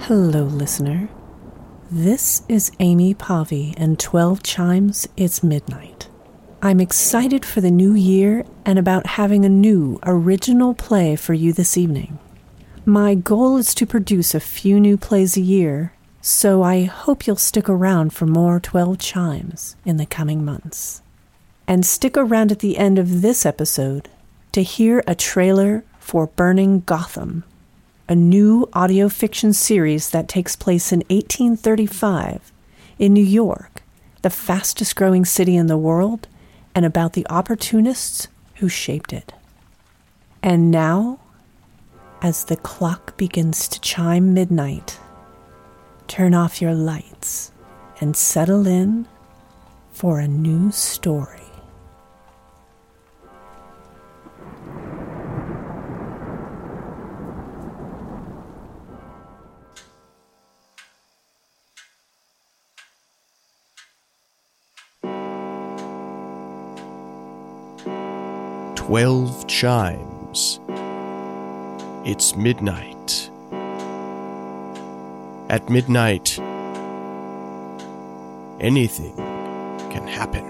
Hello, listener. This is Amy Pavi, and 12 Chimes is Midnight. I'm excited for the new year and about having a new, original play for you this evening. My goal is to produce a few new plays a year, so I hope you'll stick around for more 12 Chimes in the coming months. And stick around at the end of this episode to hear a trailer for Burning Gotham, a new audio fiction series that takes place in 1835 in New York, the fastest growing city in the world, and about the opportunists who shaped it. And now, as the clock begins to chime midnight, turn off your lights and settle in for a new story. Twelve chimes. It's midnight. At midnight, anything can happen.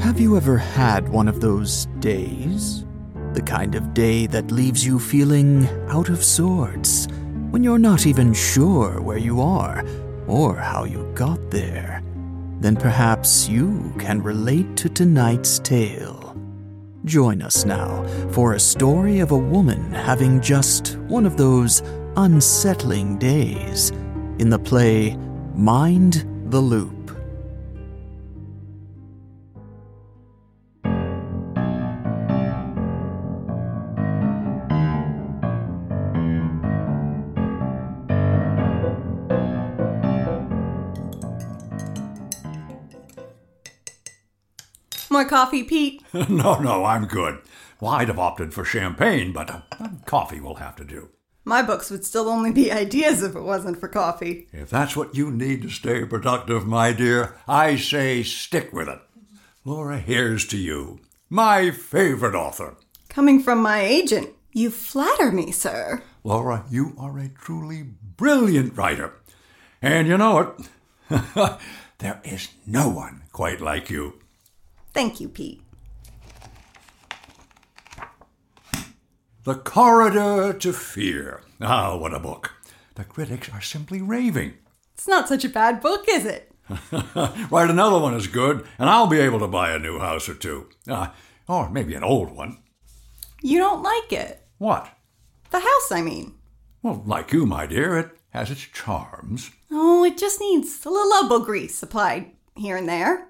Have you ever had one of those days? The kind of day that leaves you feeling out of sorts, when you're not even sure where you are or how you got there? Then perhaps you can relate to tonight's tale. Join us now for a story of a woman having just one of those unsettling days in the play Mind the Loop. More coffee, Pete. no, no, I'm good. Well, I'd have opted for champagne, but uh, coffee will have to do. My books would still only be ideas if it wasn't for coffee. If that's what you need to stay productive, my dear, I say stick with it. Laura, here's to you, my favorite author. Coming from my agent, you flatter me, sir. Laura, you are a truly brilliant writer. And you know it. there is no one quite like you. Thank you, Pete. The Corridor to Fear. Ah, what a book. The critics are simply raving. It's not such a bad book, is it? Write another one is good, and I'll be able to buy a new house or two. Ah, or maybe an old one. You don't like it. What? The house, I mean. Well, like you, my dear, it has its charms. Oh, it just needs a little elbow grease applied here and there.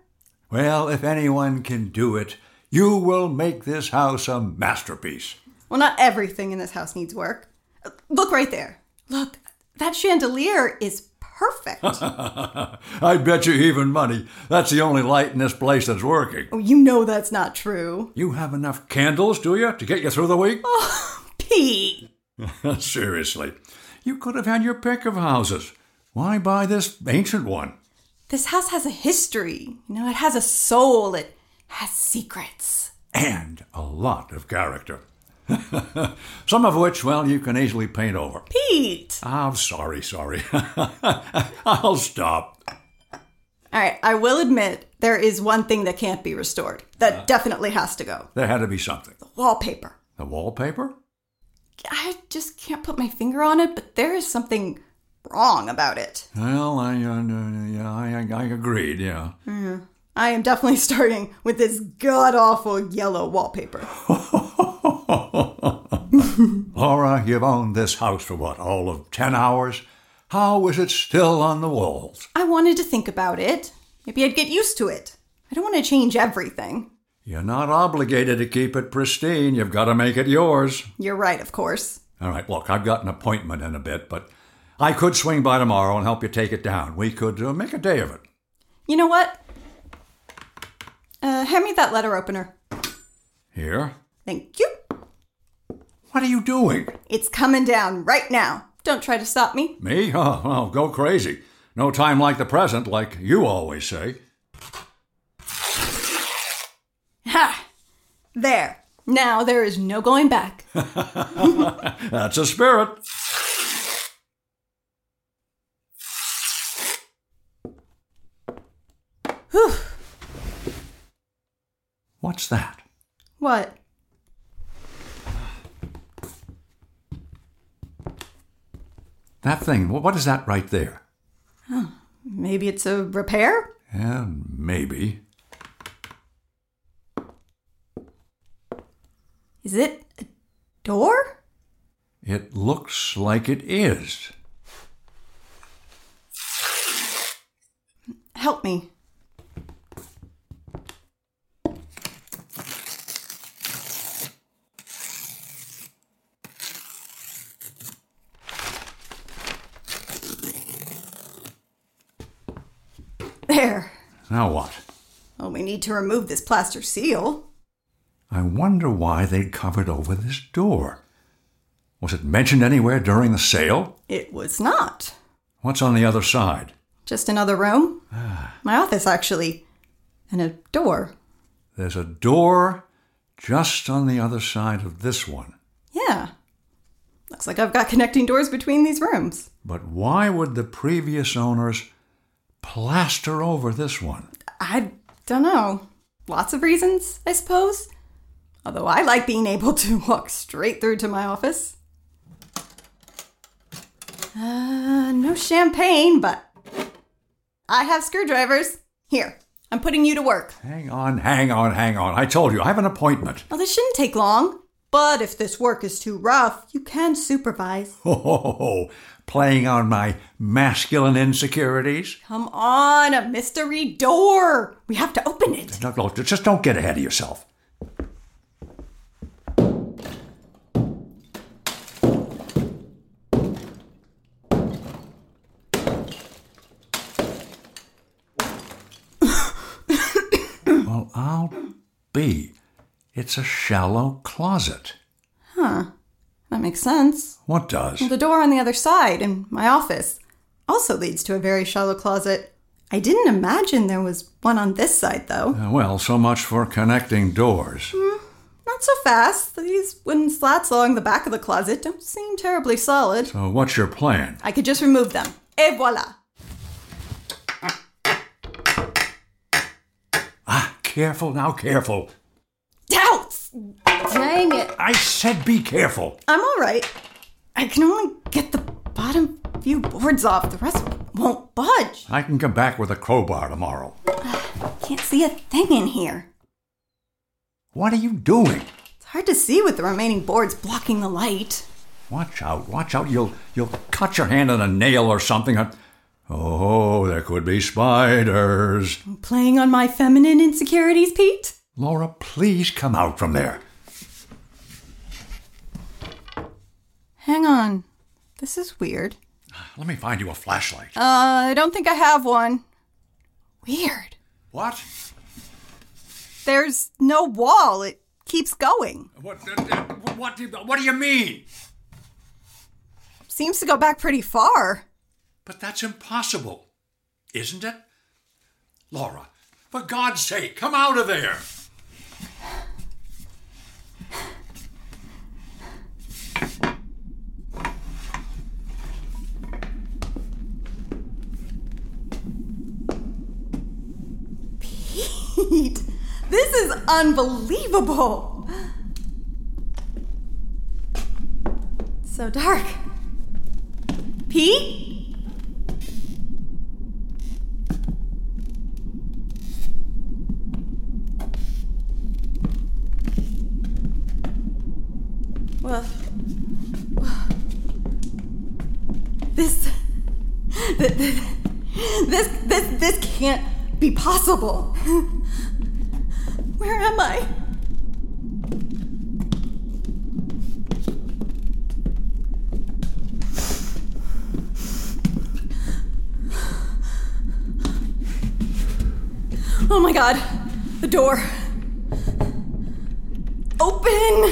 Well, if anyone can do it, you will make this house a masterpiece. Well, not everything in this house needs work. Uh, Look right there. Look, that chandelier is perfect. oh, I bet you even money. That's the only light in this place that's working. Oh, you know that's not true. You have enough candles, do you, to get you through the week? Pete, Seriously, you could have had your pick of houses. Why buy this ancient one? this house has a history. You know, it has a soul, it has secrets. And a lot of character. Some of which, well, you can easily paint over. Pete! I'm sorry, sorry. I'll stop. All right, I will admit there is one thing that can't be restored. That definitely has to go. There had to be something. Wallpaper. The wallpaper? I just can't put my finger on it, but there is something wrong about it. Well, I, uh, yeah, I, I, I agreed, yeah. I am definitely starting with this god awful yellow wallpaper. Laura, you've owned this house for what, all of 10 hours? How is it still on the walls? I wanted to think about it. Maybe I'd get used to it. I don't want to change everything. You're not obligated to keep it pristine. You've got to make it yours. You're right, of course. All right, look, I've got an appointment in a bit, but I could swing by tomorrow and help you take it down. We could uh, make a day of it. You know what? Uh, hand me that letter opener. Here? Thank you. What are you doing? It's coming down right now. Don't try to stop me. Me? Oh, well, go crazy. No time like the present, like you always say. Ha! There. Now there is no going back. That's a spirit. Whew. What's that? What? That thing. wh- What is that right there? Maybe it's a repair? Yeah, maybe. Is it a door? It looks like it is. Help me. There. Now what? Well, we need to remove this plaster seal. I wonder why they'd covered over this door. Was it mentioned anywhere during the sale? It was not. What's on the other side? Just another room? My office, actually. And a door. There's a door just on the other side of this one. Yeah. Looks like I've got connecting doors between these rooms. But why would the previous owners plaster over this one? I don't know. Lots of reasons, I suppose. Although I like being able to walk straight through to my office. Uh, no champagne, but I have screwdrivers. Here, I'm putting you to work. Hang on, hang on, hang on. I told you, I have an appointment. Now, this shouldn't take long. But if this work is too rough, you can supervise. Ho, ho, ho, ho. Playing on my masculine insecurities? Come on, a mystery door. We have to open it. No, no, just don't get ahead of yourself. well, I'll be. It's a shallow closet. That makes sense. What does? The door on the other side in my office also leads to a very shallow closet. I didn't imagine there was one on this side, though. Uh, Well, so much for connecting doors. Not so fast. These wooden slats along the back of the closet don't seem terribly solid. So, what's your plan? I could just remove them. Et voila. Ah, careful now, careful. Doubts! Dang it. I said be careful. I'm all right. I can only get the bottom few boards off. The rest won't budge. I can come back with a crowbar tomorrow. Can't see a thing in here. What are you doing? It's hard to see with the remaining boards blocking the light. Watch out, watch out. You'll you'll cut your hand on a nail or something. Oh, there could be spiders. I'm playing on my feminine insecurities, Pete? Laura, please come out from there. Hang on. This is weird. Let me find you a flashlight. Uh, I don't think I have one. Weird. What? There's no wall. It keeps going. What, uh, what, do you, what do you mean? Seems to go back pretty far. But that's impossible, isn't it? Laura, for God's sake, come out of there. Pete, this is unbelievable. So dark. Pete? Well, this, th- th- this, this, this can't be possible. Where am I? Oh my god, the door. Open!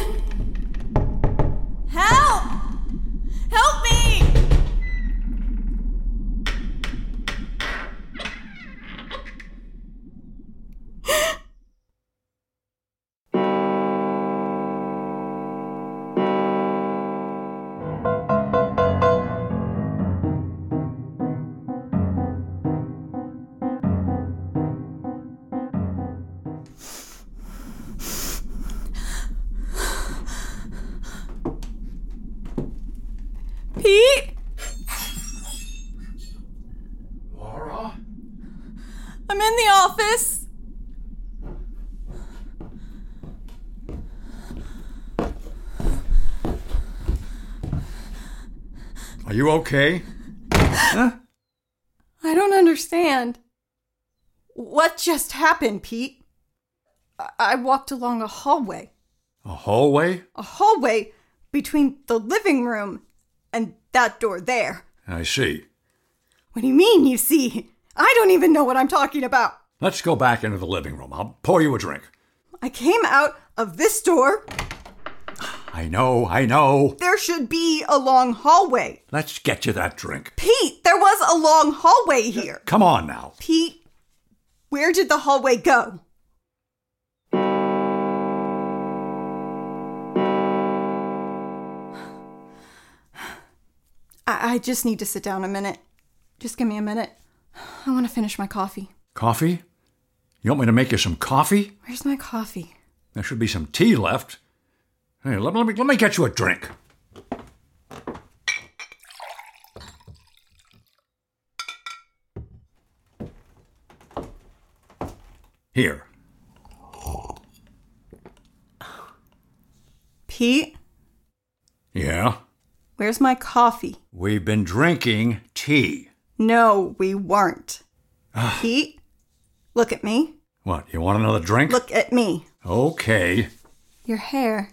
Help! Help me! Pete? Laura? I'm in the office. Are you okay? I don't understand. What just happened, Pete? I, I walked along a hallway. A hallway? A hallway between the living room and that door there. I see. What do you mean, you see? I don't even know what I'm talking about. Let's go back into the living room. I'll pour you a drink. I came out of this door. I know, I know. There should be a long hallway. Let's get you that drink. Pete, there was a long hallway here. Come on now. Pete, where did the hallway go? I, I just need to sit down a minute. Just give me a minute. I want to finish my coffee. Coffee? You want me to make you some coffee? Where's my coffee? There should be some tea left. Hey, let, let me let me get you a drink. Here. Pete, Yeah. where's my coffee? We've been drinking tea. No, we weren't. Pete, look at me. What? You want another drink? Look at me. Okay. Your hair.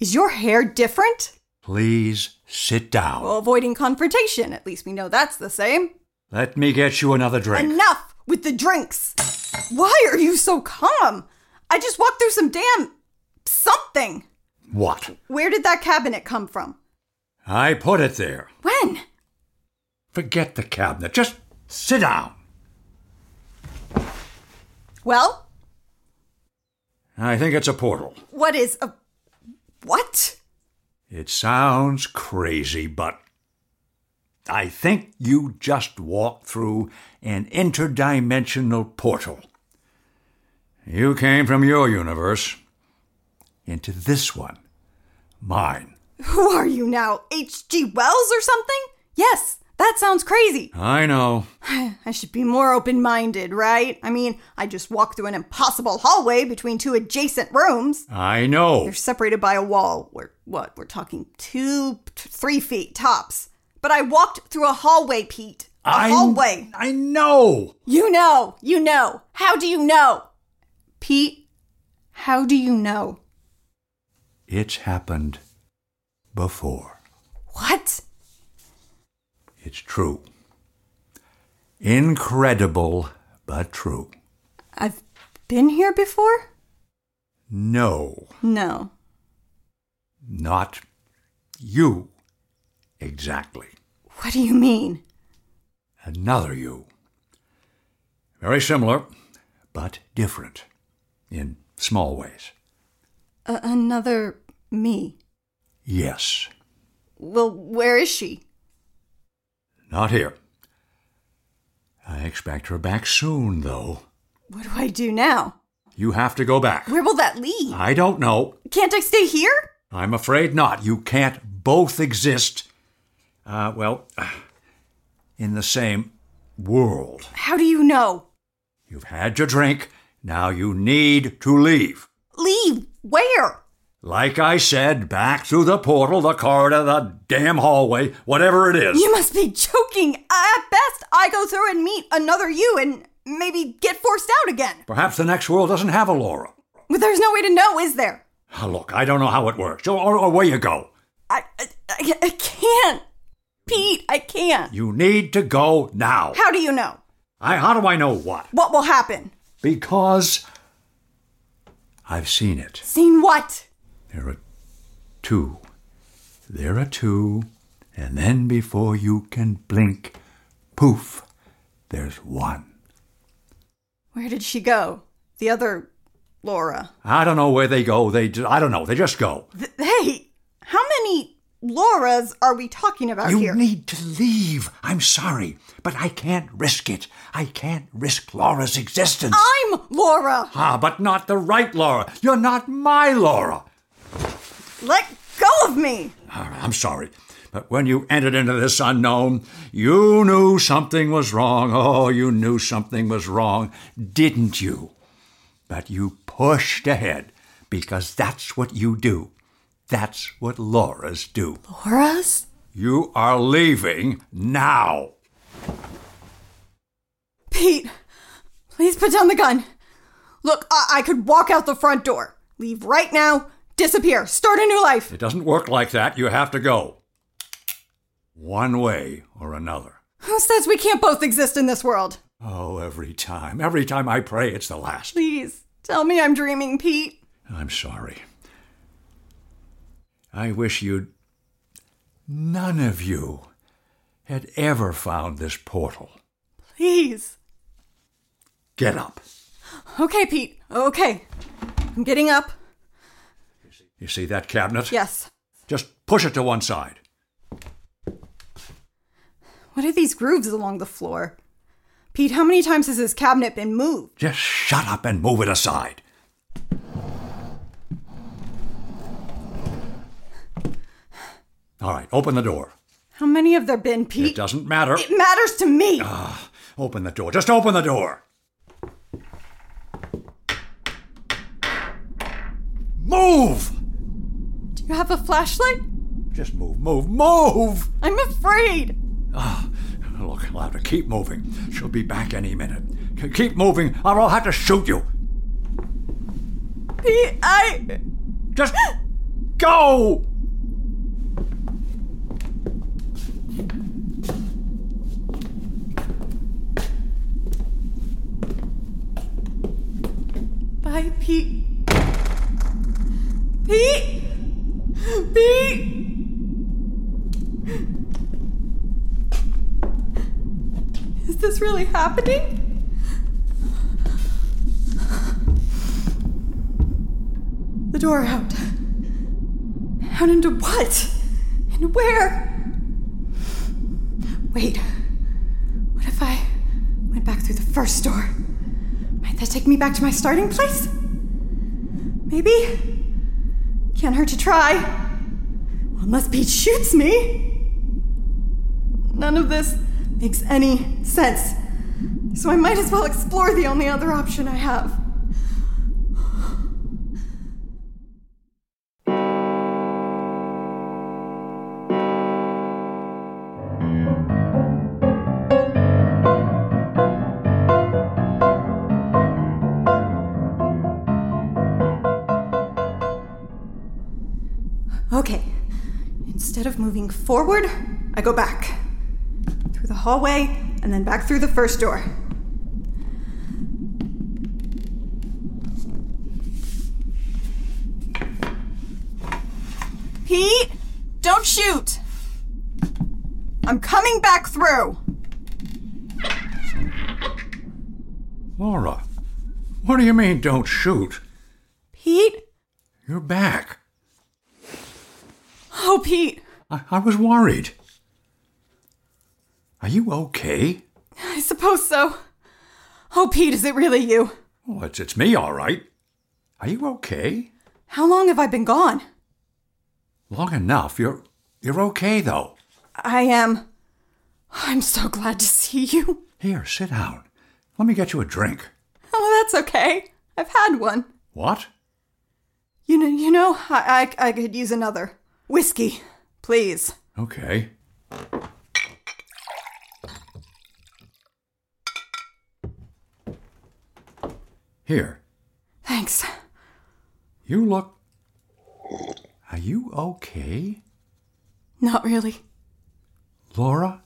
Is your hair different? Please sit down. Well, avoiding confrontation. At least we know that's the same. Let me get you another drink. Enough with the drinks. Why are you so calm? I just walked through some damn something. What? Where did that cabinet come from? I put it there. When? Forget the cabinet. Just sit down. Well, I think it's a portal. what is a. What? It sounds crazy, but I think you just walked through an interdimensional portal. You came from your universe into this one, mine. Who are you now? H.G. Wells or something? Yes, that sounds crazy. I know. I should be more open minded, right? I mean, I just walked through an impossible hallway between two adjacent rooms. I know. They're separated by a wall. We're, what, we're talking two, t- three feet tops. But I walked through a hallway, Pete. A I- hallway. I know. You know, you know. How do you know? Pete, how do you know? It's happened before. What? It's true. Incredible, but true. I've been here before? No, No. not you. Exactly. What do you mean? Another you. Very similar, but different in small ways. A- another me. Yes, Well, where is she? not here. I expect her back soon, though. What do I do now? You have to go back. Where will that lead? I don't know. Can't I stay here? I'm afraid not. You can't both exist, uh, well, in the same world. How do you know? You've had your drink. Now you need to leave. Leave where? Like I said, back through the portal, the corridor, the damn hallway, whatever it is. You must be joking. At best, I go through and meet another you and maybe get forced out again. Perhaps the next world doesn't have a Laura. But there's no way to know, is there? Ah, Look, I don't know how it works or, or, or where you go. I, I, I I can't. Pete, I can't. You need to go now. How do you know? I, how do I know what? What will happen? Because I've seen it. Seen what? There are two. There are two. And then before you can blink, poof, there's one. Where did she go? The other Laura. I don't know where they go. They ju- I don't know. They just go. Th- hey, how many Lauras are we talking about you here? need to leave. I'm sorry, but I can't risk it. I can't risk Laura's existence. I'm Laura. ah, but not the right Laura. You're not my Laura. Let go of me. Ah, I'm sorry. But when you entered into this unknown, you knew something was wrong. Oh, you knew something was wrong, didn't you? But you pushed ahead because that's what you do. That's what Laura's do. Laura's? You are leaving now. Pete, please put down the gun. Look, I, I could walk out the front door. Leave right now, disappear, start a new life. It doesn't work like that. You have to go. One way or another. Who says we can't both exist in this world? Oh, every time. Every time I pray, it's the last. Please, tell me I'm dreaming, Pete. I'm sorry. I wish you'd. None of you had ever found this portal. Please. Get up. Okay, Pete. Okay. I'm getting up. You see that cabinet? Yes. Just push it to one side. What are these grooves along the floor? Pete, how many times has this cabinet been moved? Just shut up and move it aside. All right, open the door. How many have there been, It Pete? doesn't Ah. matter. It matters to me. Open the door. Just open the door. Move! Do you have a flashlight? Just move, move, move! I'm afraid. Look, I'll have to keep moving. She'll be back any minute. K- keep moving, or I'll have to shoot you. Pete, I. Just go! Bye, Pete. Pete! Pete! Is this really happening? The door out. Out into what? And where? Wait. What if I went back through the first door? Might that take me back to my starting place? Maybe? Can't hurt to try. Well, unless Pete shoots me. None of this makes any sense. So I might as well explore the only other option I have. Okay. Instead of moving forward, I go back. Through the hallway, and then back through the first door. Pete, don't shoot! I'm coming back through! Laura, what do you mean don't shoot? Pete? You're back. Oh, Pete! I, I was worried. Are you okay? I suppose so. Oh, Pete, is it really you? Oh, it's, it's me, all right. Are you okay? How long have I been gone? Long enough. You're you're okay though. I am. I'm so glad to see you. Here, sit down. Let me get you a drink. Oh, that's okay. I've had one. What? You know, you know, I, I, I could use another whiskey, please. Okay. Here. Thanks. You look Are you okay? Not really. Laura,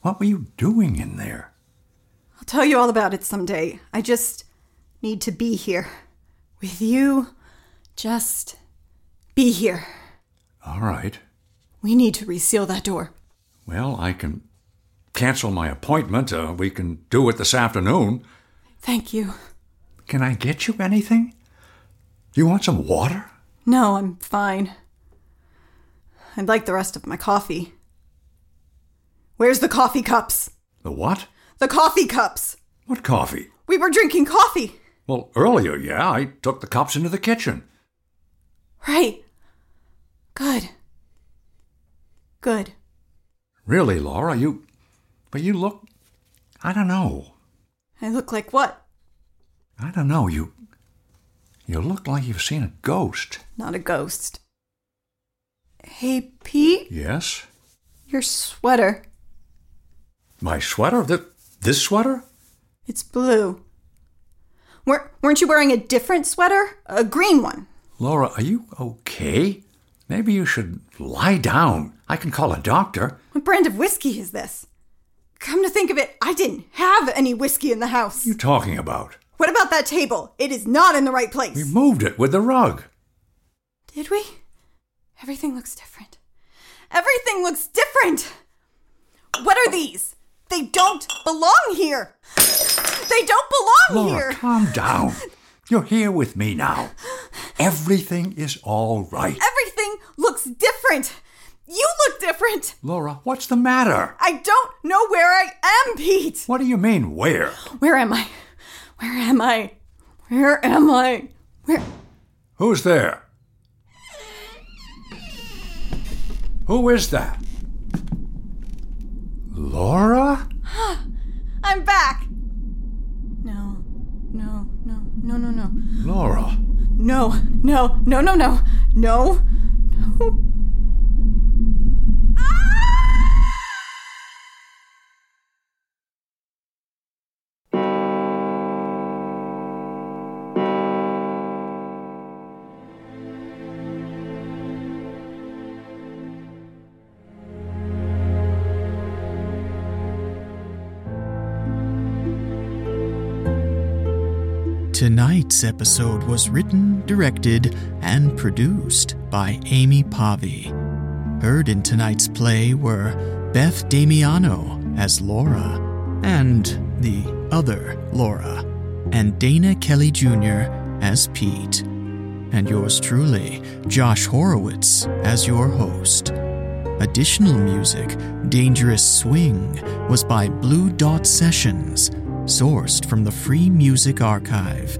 what were you doing in there? I'll tell you all about it someday. I just need to be here with you. Just be here. All right. We need to reseal that door. Well, I can cancel my appointment. Uh, we can do it this afternoon. Thank you. Can I get you anything? Do you want some water? No, I'm fine. I'd like the rest of my coffee. Where's the coffee cups? The what? The coffee cups! What coffee? We were drinking coffee! Well, earlier, yeah, I took the cups into the kitchen. Right. Good. Good. Really, Laura, you. But you look. I don't know. I look like what? I don't know. You. You look like you've seen a ghost. Not a ghost. Hey, Pete, Yes? your sweater. My sweater? Th- this sweater? It's blue. Wer- weren't you wearing a different sweater? A green one. Laura, are you okay? Maybe you should lie down. I can call a doctor. What brand of whiskey is this? Come to think of it, I didn't have any whiskey in the house. What are you talking about? What about that table? It is not in the right place. We moved it with the rug. Did we? Everything looks different. Everything looks different! What are these? They don't belong here! They don't belong Laura, here! calm down. You're here with me now. Everything is all right. Everything looks different! You look different! Laura, what's the matter? I don't know where I am, Pete! What do you mean, where? Where am I? Where am I? Where am I? Where? Who's there? Who is that? Laura? I'm back! No, no, no, no, no, no. Laura. No, no, no, no, no, no, no. Tonight's episode was written, directed, and produced by Amy Pavi. Heard in tonight's play were Beth Damiano as Laura and the other Laura, and Dana Kelly Jr. as Pete, and yours truly, Josh Horowitz, as your host. Additional music, Dangerous Swing, was by Blue Dot Sessions, sourced from the Free Music Archive.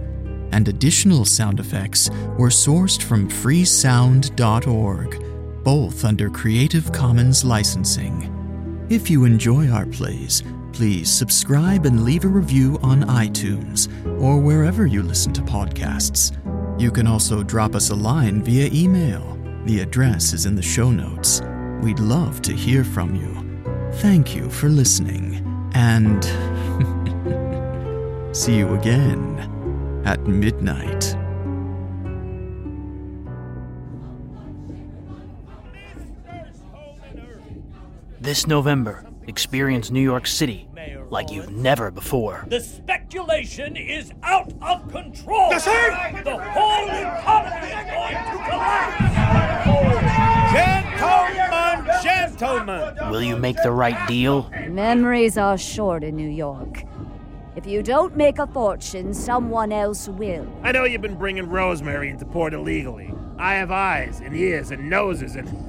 And additional sound effects were sourced from freesound.org, both under Creative Commons licensing. If you enjoy our plays, please subscribe and leave a review on iTunes or wherever you listen to podcasts. You can also drop us a line via email. The address is in the show notes. We'd love to hear from you. Thank you for listening, and see you again at midnight. This November, experience New York City like you've never before. The speculation is out of control. The same. The whole economy is going to collapse. Gentlemen, gentlemen. Will you make the right deal? Memories are short in New York. If you don't make a fortune, someone else will. I know you've been bringing Rosemary into port illegally. I have eyes and ears and noses and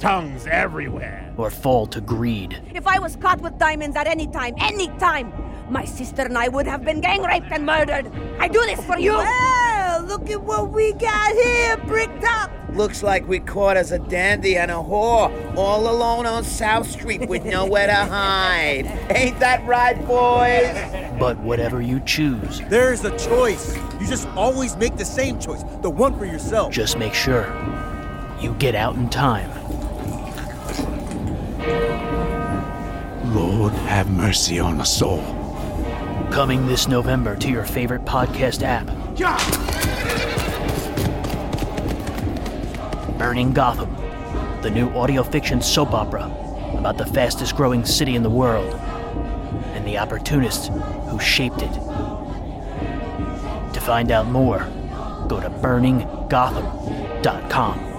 tongues everywhere. Or fall to greed? If I was caught with diamonds at any time, any time, my sister and I would have been gang raped and murdered. I do this for you. Well, look at what we got here, bricked up. Looks like we caught us a dandy and a whore, all alone on South Street with nowhere to hide. Ain't that right, boys? But whatever you choose, There's a choice. You just always make the same choice, the one for yourself. just make sure you get out in time. Lord, have mercy on us all. Coming this November to your favorite podcast app. Burning Gotham, the new audio fiction soap opera about the fastest growing city in the world and the opportunists who shaped it. To find out more, go to burninggotham.com.